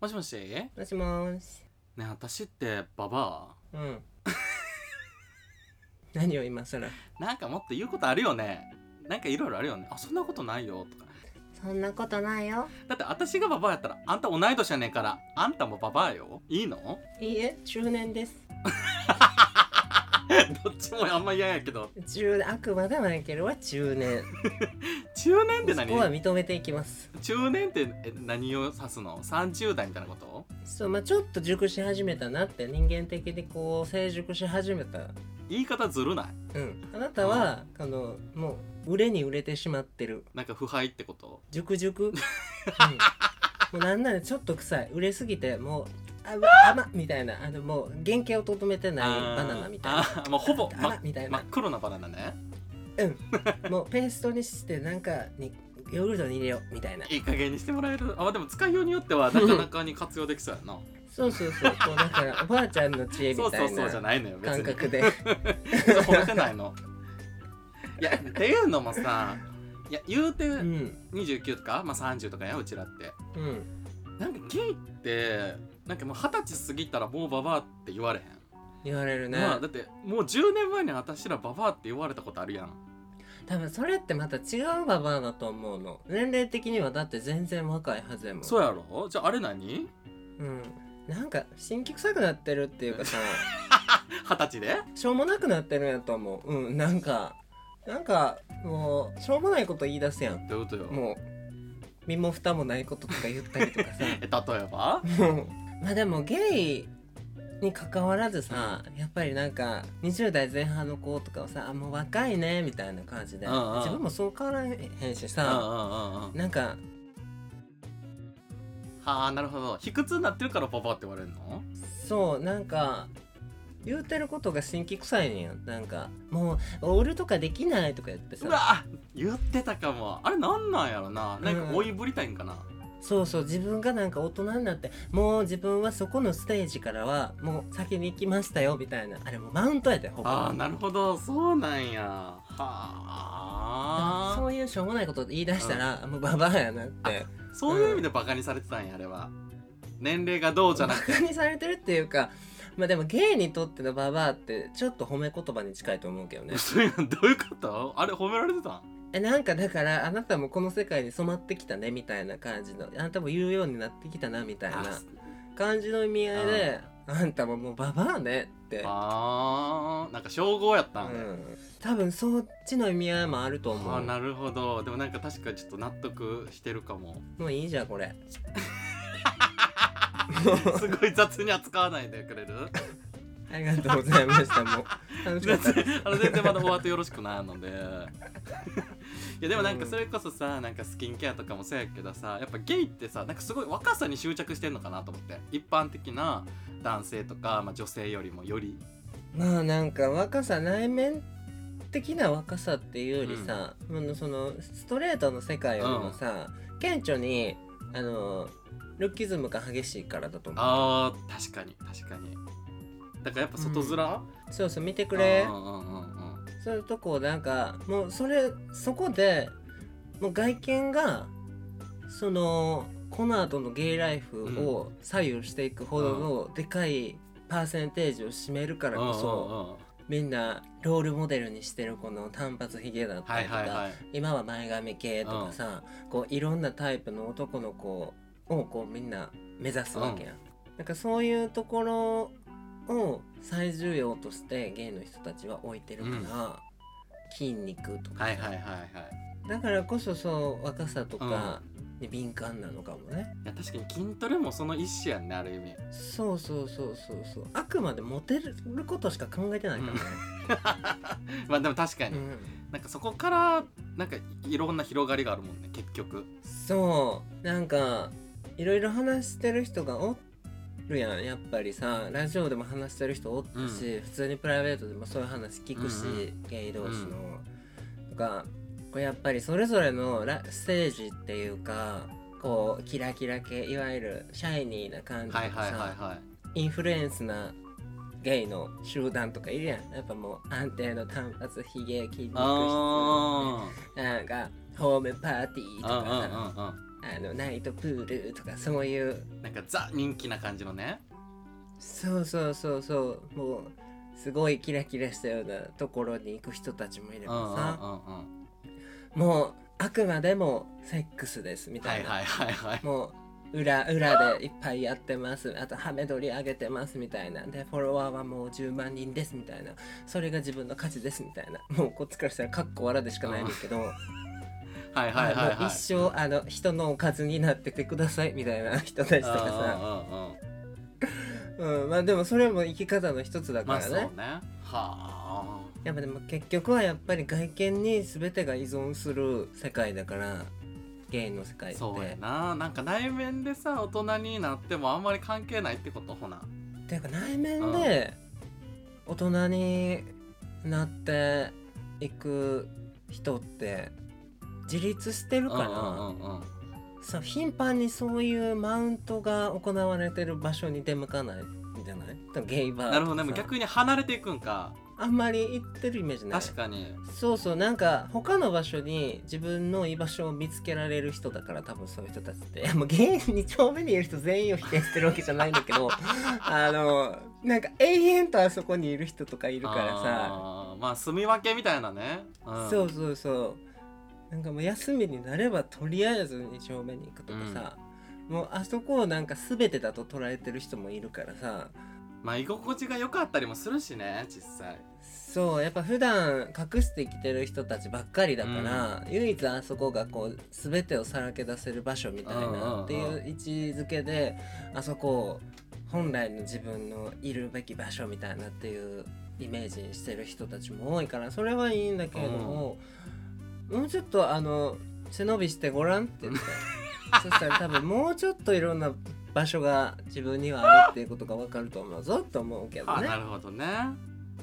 もしもしねもしもーし。え私ってババうん。 何を今更。アなんかもっと言うことあるよねなんかいろいろあるよねあそんなことないよとかそんなことないよ。だって私がババアやったらあんた同い年やねんからあんたもババアよいいの いいえ、中年です。どっちもあんま嫌やけど中あくまでマイケルは中年。中年ってそこは何認めていきます。中年ってえ何を指すの30代みたいなことそう、まあちょっと熟し始めたなって人間的にこう成熟し始めた。言い方ずるないうん。あなたはあのもう売れに売れてしまってる。なんか腐敗ってこと熟 熟。うん、もうなんならちょっと臭い。売れすぎてもう。あうわ甘っみたいなあのもう原型をとどめてないあーバナナみたいなあーもうほぼ、甘まっみたい真なっ黒なバナナねもうペーストにしてなんかにヨーグルトに入れようみたいないい加減にしてもらえるあまあでも使いようによってはなかなかに活用できそうやなそうそうそうこうだからおばあちゃんの知恵みそうたそういそうじゃなないのよ別感に覚で褒めてない のいやっていうのもさいや言うてうん29とか、まあ、30とかやうちらってうんなんかゲイってなんかもう二十歳過ぎたらもうババアって言われへん、言われるね、まあ、だってもう10年前に私らババアって言われたことあるやん多分それってまた違うババアだと思うの年齢的にはだって全然若いはずやもんそうやろじゃああれ何うんなんか新規臭くなってるっていうかさ二十歳でしょうもなくなってるんやと思ううんなんかなんかもうしょうもないこと言い出すやんどういうことよもう身も蓋もないこととか言ったりとかさえ例えばもう まあでもゲイに関わらずさやっぱりなんか20代前半の子とかはさあ「もう若いね」みたいな感じでうんうん自分もそう変わらへんしうんうんさうんうんなんかはあなるほど卑屈になってるからババアって言われるのそうなんか言うてることが新規臭いねんやなんかもうオールとかできないとか言ってうさわ言ってたかもあれなんなんやろななんうかん追いぶりたいんかな、そうそう自分がなんか大人になってもう自分はそこのステージからはもう先に行きましたよみたいなあれもうマウントやでほぼああなるほどそうなんやはあそういうしょうもないこと言い出したら、もうババアやなってそういう意味でバカにされてたんやあれは年齢が どうじゃなくてバカにされてるっていうかまあでもゲイにとってのババアってちょっと褒め言葉に近いと思うけどね嘘やんどういうことあれ褒められてたんえなんかだからあなたもこの世界に染まってきたねみたいな感じのあなたも言うようになってきたなみたいなあ感じの意味合いであんたももうババアねって、あーなんか称号やった、うんん、多分そっちの意味合いもあると思あーうなるほどでもなんか確かにちょっと納得してるかももういいじゃんこれすごい雑に扱わないでくれるありがとうございましたもう楽し全かった然です あの全然まだ終わってよろしくないのでいやでもなんかそれこそさなんかスキンケアとかもそうやけどさやっぱゲイってさなんかすごい若さに執着してんのかなと思って一般的な男性とか、まあ、女性よりもよりまあなんか若さ内面的な若さっていうよりさ、あのそのストレートの世界よりもさ、顕著にあのルッキズムが激しいからだと思うあー確かに確かにだからやっぱ外面、そうそう見てうくん、れうんうんうんそういうとこをなんかもうそれそこでもう外見がそのこの後のゲイライフを左右していくほどのでかいパーセンテージを占めるからうんうんこそうんみんなロールモデルにしてるこの短髪ひげだったはりいとか、はいはい今は前髪系とかさ、こういろんなタイプの男の子をこうみんな目指すわけや、ん、なんかそういうところを最重要としてゲイの人たちは置いてるから、筋肉とかはさ、いはいはいはいだからこそそう若さとかに敏感なのかもね、いや確かに筋トレもその一種やんねある意味そうそうそうそうそうあくまでモテることしか考えてないから ね、まあでも確かうに、んなんかそこからなんかいろんな広がりがあるもんね結局そうなんかいろいろ話してる人がおるやんやっぱりさラジオでも話してる人おったし、普通にプライベートでもそういう話聞くし、うんうゲイ同士の。とかこうやっぱりそれぞれのラステージっていうかこうキラキラ系いわゆるシャイニーな感じとはかいさ、はいはいはいインフルエンスなゲイの集団とかいるやんやっぱもう安定の短髪ひげ筋肉質あなんかホームパーティーとうんうんうんかうさ、あのナイトプールとかそういうんなんかザ人気な感じのねそうそうそうそうもうすごいキラキラしたようなところに行く人たちもいれうんうんうんうんばさ、はもうあくまでもセックスですみいたはいいな、はいはいもう裏裏でいっぱいやってますあとハメ撮り上げてますみたいなでフォロワーはもう10万人ですみたいなそれが自分の価値ですみたいなもうこっちからしたらかっこ笑でしかないんですけど、はいはいはいもうはい一生あの人のおかずになっててくださいみたいな人たちとかさ、うんうんうんうんうん、まあでもそれも生き方の一つだかまあらそね、うねはあやっぱでも結局はやっぱり外見に全てが依存する世界だからゲイの世界ってそうやななんか内面でさ大人になってもあんまり関係ないってことほなていうか内面で大人になっていく人って自立してるから、うんうんうんそう頻繁にそういうマウントが行われてる場所に出向かないんじゃないでもゲイバーなるほどねもう逆に離れていくんかあんまり行ってるイメージない確かにそうそうなんか他の場所に自分の居場所を見つけられる人だから多分そういう人たちってい やもう芸人2丁目にいる人全員を否定してるわけじゃないんだけどあのなんか永遠とあそこにいる人とかいるからさあーまあ住み分けみたいなね、んそうそうそうなんかもう休みになればとりあえず2丁目に行くとかさ、もうあそこをなんか全てだと捉えてる人もいるからさまあ居心地が良かったりもするしね実際そうやっぱ普段隠して生きてる人たちばっかりだから、唯一あそこがこう全てをさらけ出せる場所みたいうんうんうんなっていう位置づけであそこを本来の自分のいるべき場所みたいなっていうイメージにしてる人たちも多いからそれはいいんだけれども、もうちょっとあの背伸びしてごらんって言って そしたら多分もうちょっといろんな場所が自分にはあるっていうことが分かると思うぞと思うけどあね。なるほどね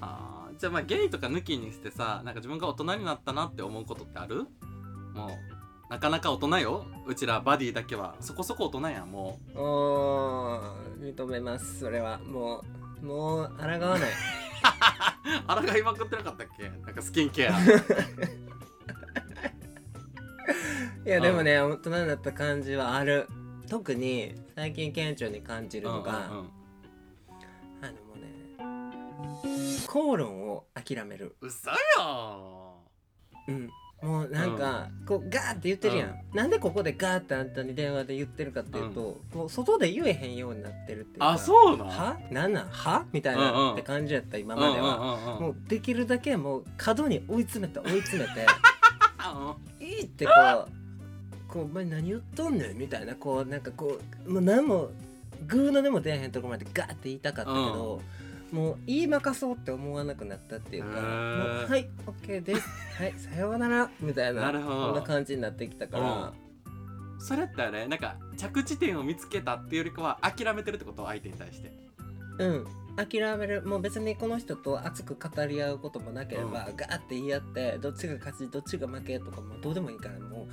あーじゃあまあゲイとか抜きにしてさなんか自分が大人になったなって思うことってあるもうなかなか大人ようちらバディだけはそこそこ大人やんもおー認めますそれはもうもう抗 わないう あらがいまくってなかったっけなんかスキンケアいやでもね大人になった感じはある特に最近顕著に感じるのが、うんうんうんあのもうね口論を諦める嘘ようんもうなんか、こうガーって言ってるやん、なんでここでガーってあんたに電話で言ってるかっていうと、もう外で言えへんようになってるっていうかあそうなんはなんなんはみたいなって感じやった今まうでは、んうんうんもうできるだけもう角に追い詰めて追い詰めてあいいってこう「こうお前何言っとんねん」みたいなこうなんかこうもう何もグーのでも出えへんとこまでガーって言いたかったけど、もう言いまかそうって思わなくなったっていうか「へもーうはいオッケーです」「はいさようなら」みたいななるほどこんな感じになってきたかうら、んそれってあれなんか着地点を見つけたっていうよりかは諦めてるってこと相手に対してうん、諦めるもう別にこの人と熱く語り合うこともなければ、ガーって言い合ってどっちが勝ちどっちが負けとかもうどうでもいいからも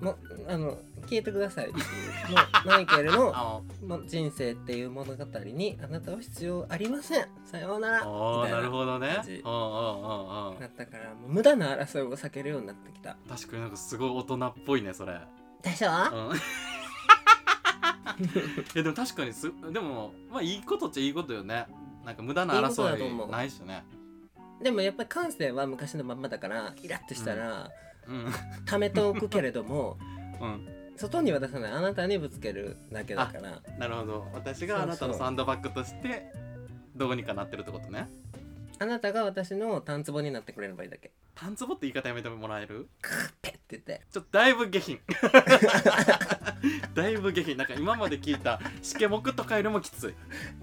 うもうあの消えてくださいっていうもうマイケルのあもう人生っていう物語にあなたは必要ありませんさようならあみたないるなほどね感じうんうんうんうんなったからもう無駄な争いを避けるようになってきた確かになんかすごい大人っぽいねそ れ、でしょうんえでも確かにすでもまあいいことっちゃいいことよねなんか無駄ないいことだと争思いうないしねでもやっぱり感性は昔のまんまだからイラッとしたら、うん溜めておくけれども うん外には出さないあなたにぶつけるだけだからなるほど私があなたのサンドバッグとしてどうにかなってるってことねあなたが私のタンツボになってくれればいいだけパンツボって言い方やめてもらえるカーペって言ってちょっとだいぶ下品 だいぶ下品なんか今まで聞いたしけもくとかよりもきつい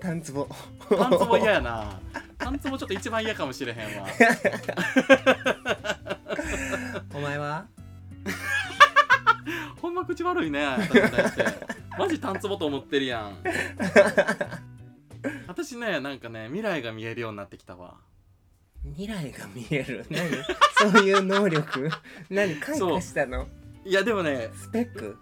タンツボパンツ も嫌やなパンツもちょっと一番嫌かもしれへんわお前はほんま口悪いね私に対 してマジタンツボと思ってるやん私ねなんかね未来が見えるようになってきたわ未来が見える何そういう能力何開花したのいやでもねスペック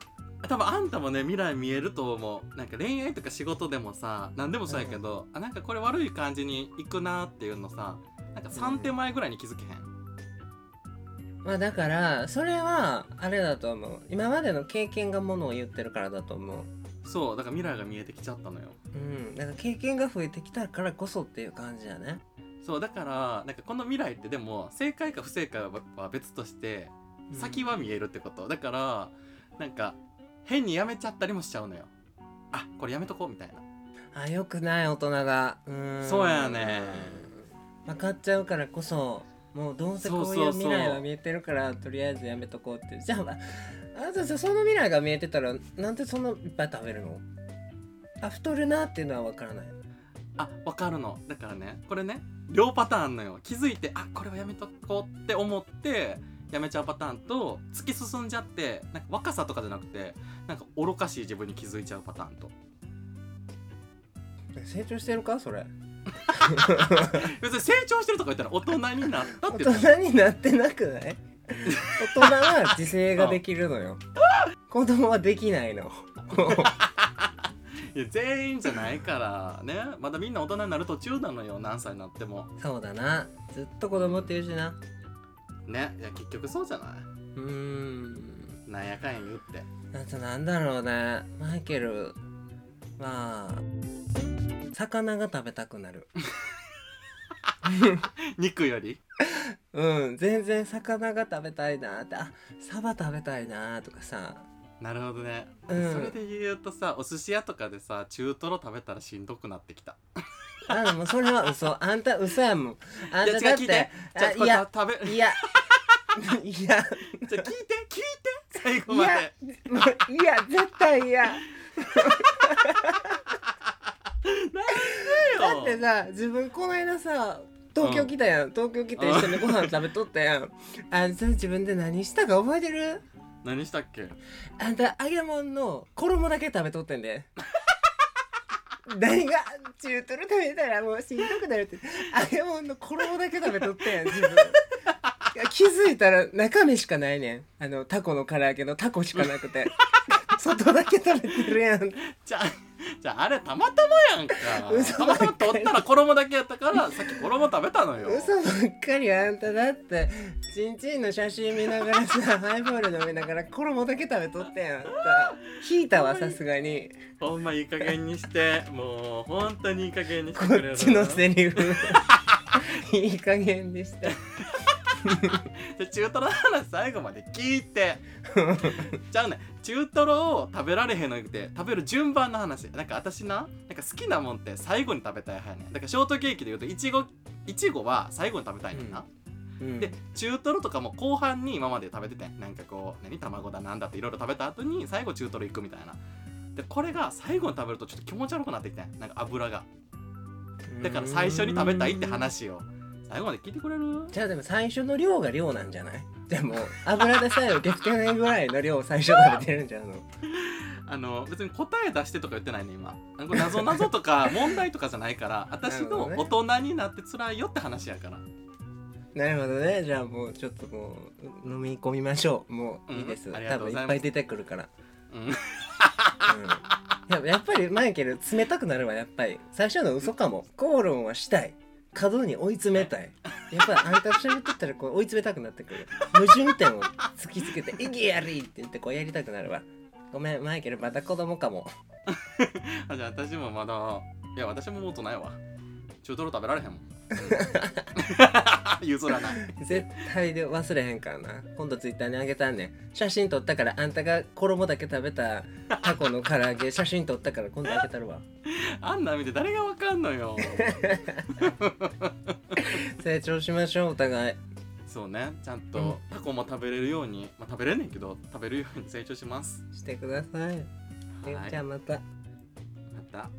多分あんたもね未来見えると思うなんか恋愛とか仕事でもさ何でもそうやけど、あなんかこれ悪い感じにいくなーっていうのさなんか3手前ぐらいに気づけへん、まあだからそれはあれだと思う今までの経験がものを言ってるからだと思うそうだから未来が見えてきちゃったのようんなんか経験が増えてきたからこそっていう感じやねそうだからなんかこの未来ってでも正解か不正解は別としてうん先は見えるってこと、だからなんか変にやめちゃったりもしちゃうのよあこれやめとこうみたいなあよくない大人がうーんそうやね分かっちゃうからこそもうどうせこうそういそううそう未来は見えてるからとりあえずやめとこうってじゃあ、まあ、あなたさその未来が見えてたらなんでそんないっぱい食べるのあ太るなっていうのは分からないあわかるのだからねこれね両パターンあんのよ気づいてあこれはやめとこうって思ってやめちゃうパターンと突き進んじゃってなんか若さとかじゃなくてなんか愚かしい自分に気づいちゃうパターンと成長してるかそれ別に成長してるとか言ったら大人になったって大言ったら人になってなくない大人は自制ができるのよ子供はできないのいや全員じゃないからねまだみんな大人になる途中なのよ何歳になってもそうだなずっと子供って言うしなねいや結局そうじゃなうーんいなんやかんや言ってあとなんだろうねマイケルまあ魚が食べたくなる肉よりうん全然魚が食べたいなってあサバ食べたいなとかさなるほどね、うんそれで言うとさお寿司屋とかでさ中トロ食べたらしんどくなってきたあでもそれは嘘あんた嘘やもんあんいやただ違うっ聞いててじゃあこあいれやさ食べいやいじゃや あ聞いて聞いて最後いまやでもういや絶対いやだなんでってよさ自分この間さ東京来たやん、東京来て一緒にご飯食べとったやんあんた自分で何したか覚えてる何したっけあんた揚げ物の衣だけ食べとってんで何が中トロ食べたらもうしんどくなるって揚げ物の衣だけ食べとってんやん自分いや気づいたら中身しかないねんあのタコの唐揚げのタコしかなくて外だけ食べてるやんじゃあじゃああれたまたまやんか嘘たまたま取ったら衣だけやった からさっき衣食べたのよ嘘ばっかりあんただってちんちんの写真見なが らさハイボール飲みながら衣だけ食べとってんやんあんた引いたわさすがにほんまいい加減にしてもう本当にいい加減にしこてくれるっちのセリフいい加減でしたで中トロの話最後まで聞い てじゃあね中トロを食べられへんのくて食べる順番の話なんか私ななんか好きなもんって最後に食べたい派やねんだからショートケーキで言うといちごいちごは最後に食べたいねんな、うんで中トロとかも後半に今まで食べててなんかこう何卵だなんだっていろいろ食べた後に最後中トロ行くみたいなでこれが最後に食べるとちょっと気持ち悪くなってきてんなんか油がだから最初に食べたいって話を最後まで聞いてくれるじゃあでも最初の量が量なんじゃないでも油でさえ受け付けないぐらいの量を最初食べてるんじゃんのあの別に答え出してとか言ってないね今なんか 謎謎とか問題とかじゃないから私なるのほどね大人になって辛いよって話やから、なるほどねじゃあもうちょっともう飲み込みましょうもういいです、うんありが多とうご分いざっいますぱい出てくるからうん、うんややっぱりマイケル冷たくなるわやっぱり最初の嘘かも口論はしたい角に追い詰めたいやっぱりあんた喋ってたらこう追い詰めたくなってくる矛盾点を突きつけて「いけやり!」って言ってこうやりたくなるわごめんマイケルまた子供かもあじゃあ私もまだいや私ももう大人やわ中トロ食べられへ んもん譲らない絶対で忘れへんからな今度ツイッターにあげたんねん写真撮ったからあんたが衣だけ食べたタコの唐揚げ写真撮ったから今度あげたるわあんなん見て誰がわかんのよ成長しましょうお互いそうねちゃんうんとタコも食べれるように、まあ、食べれんねんけど食べるように成長しますしてください、えはいじゃあまたまた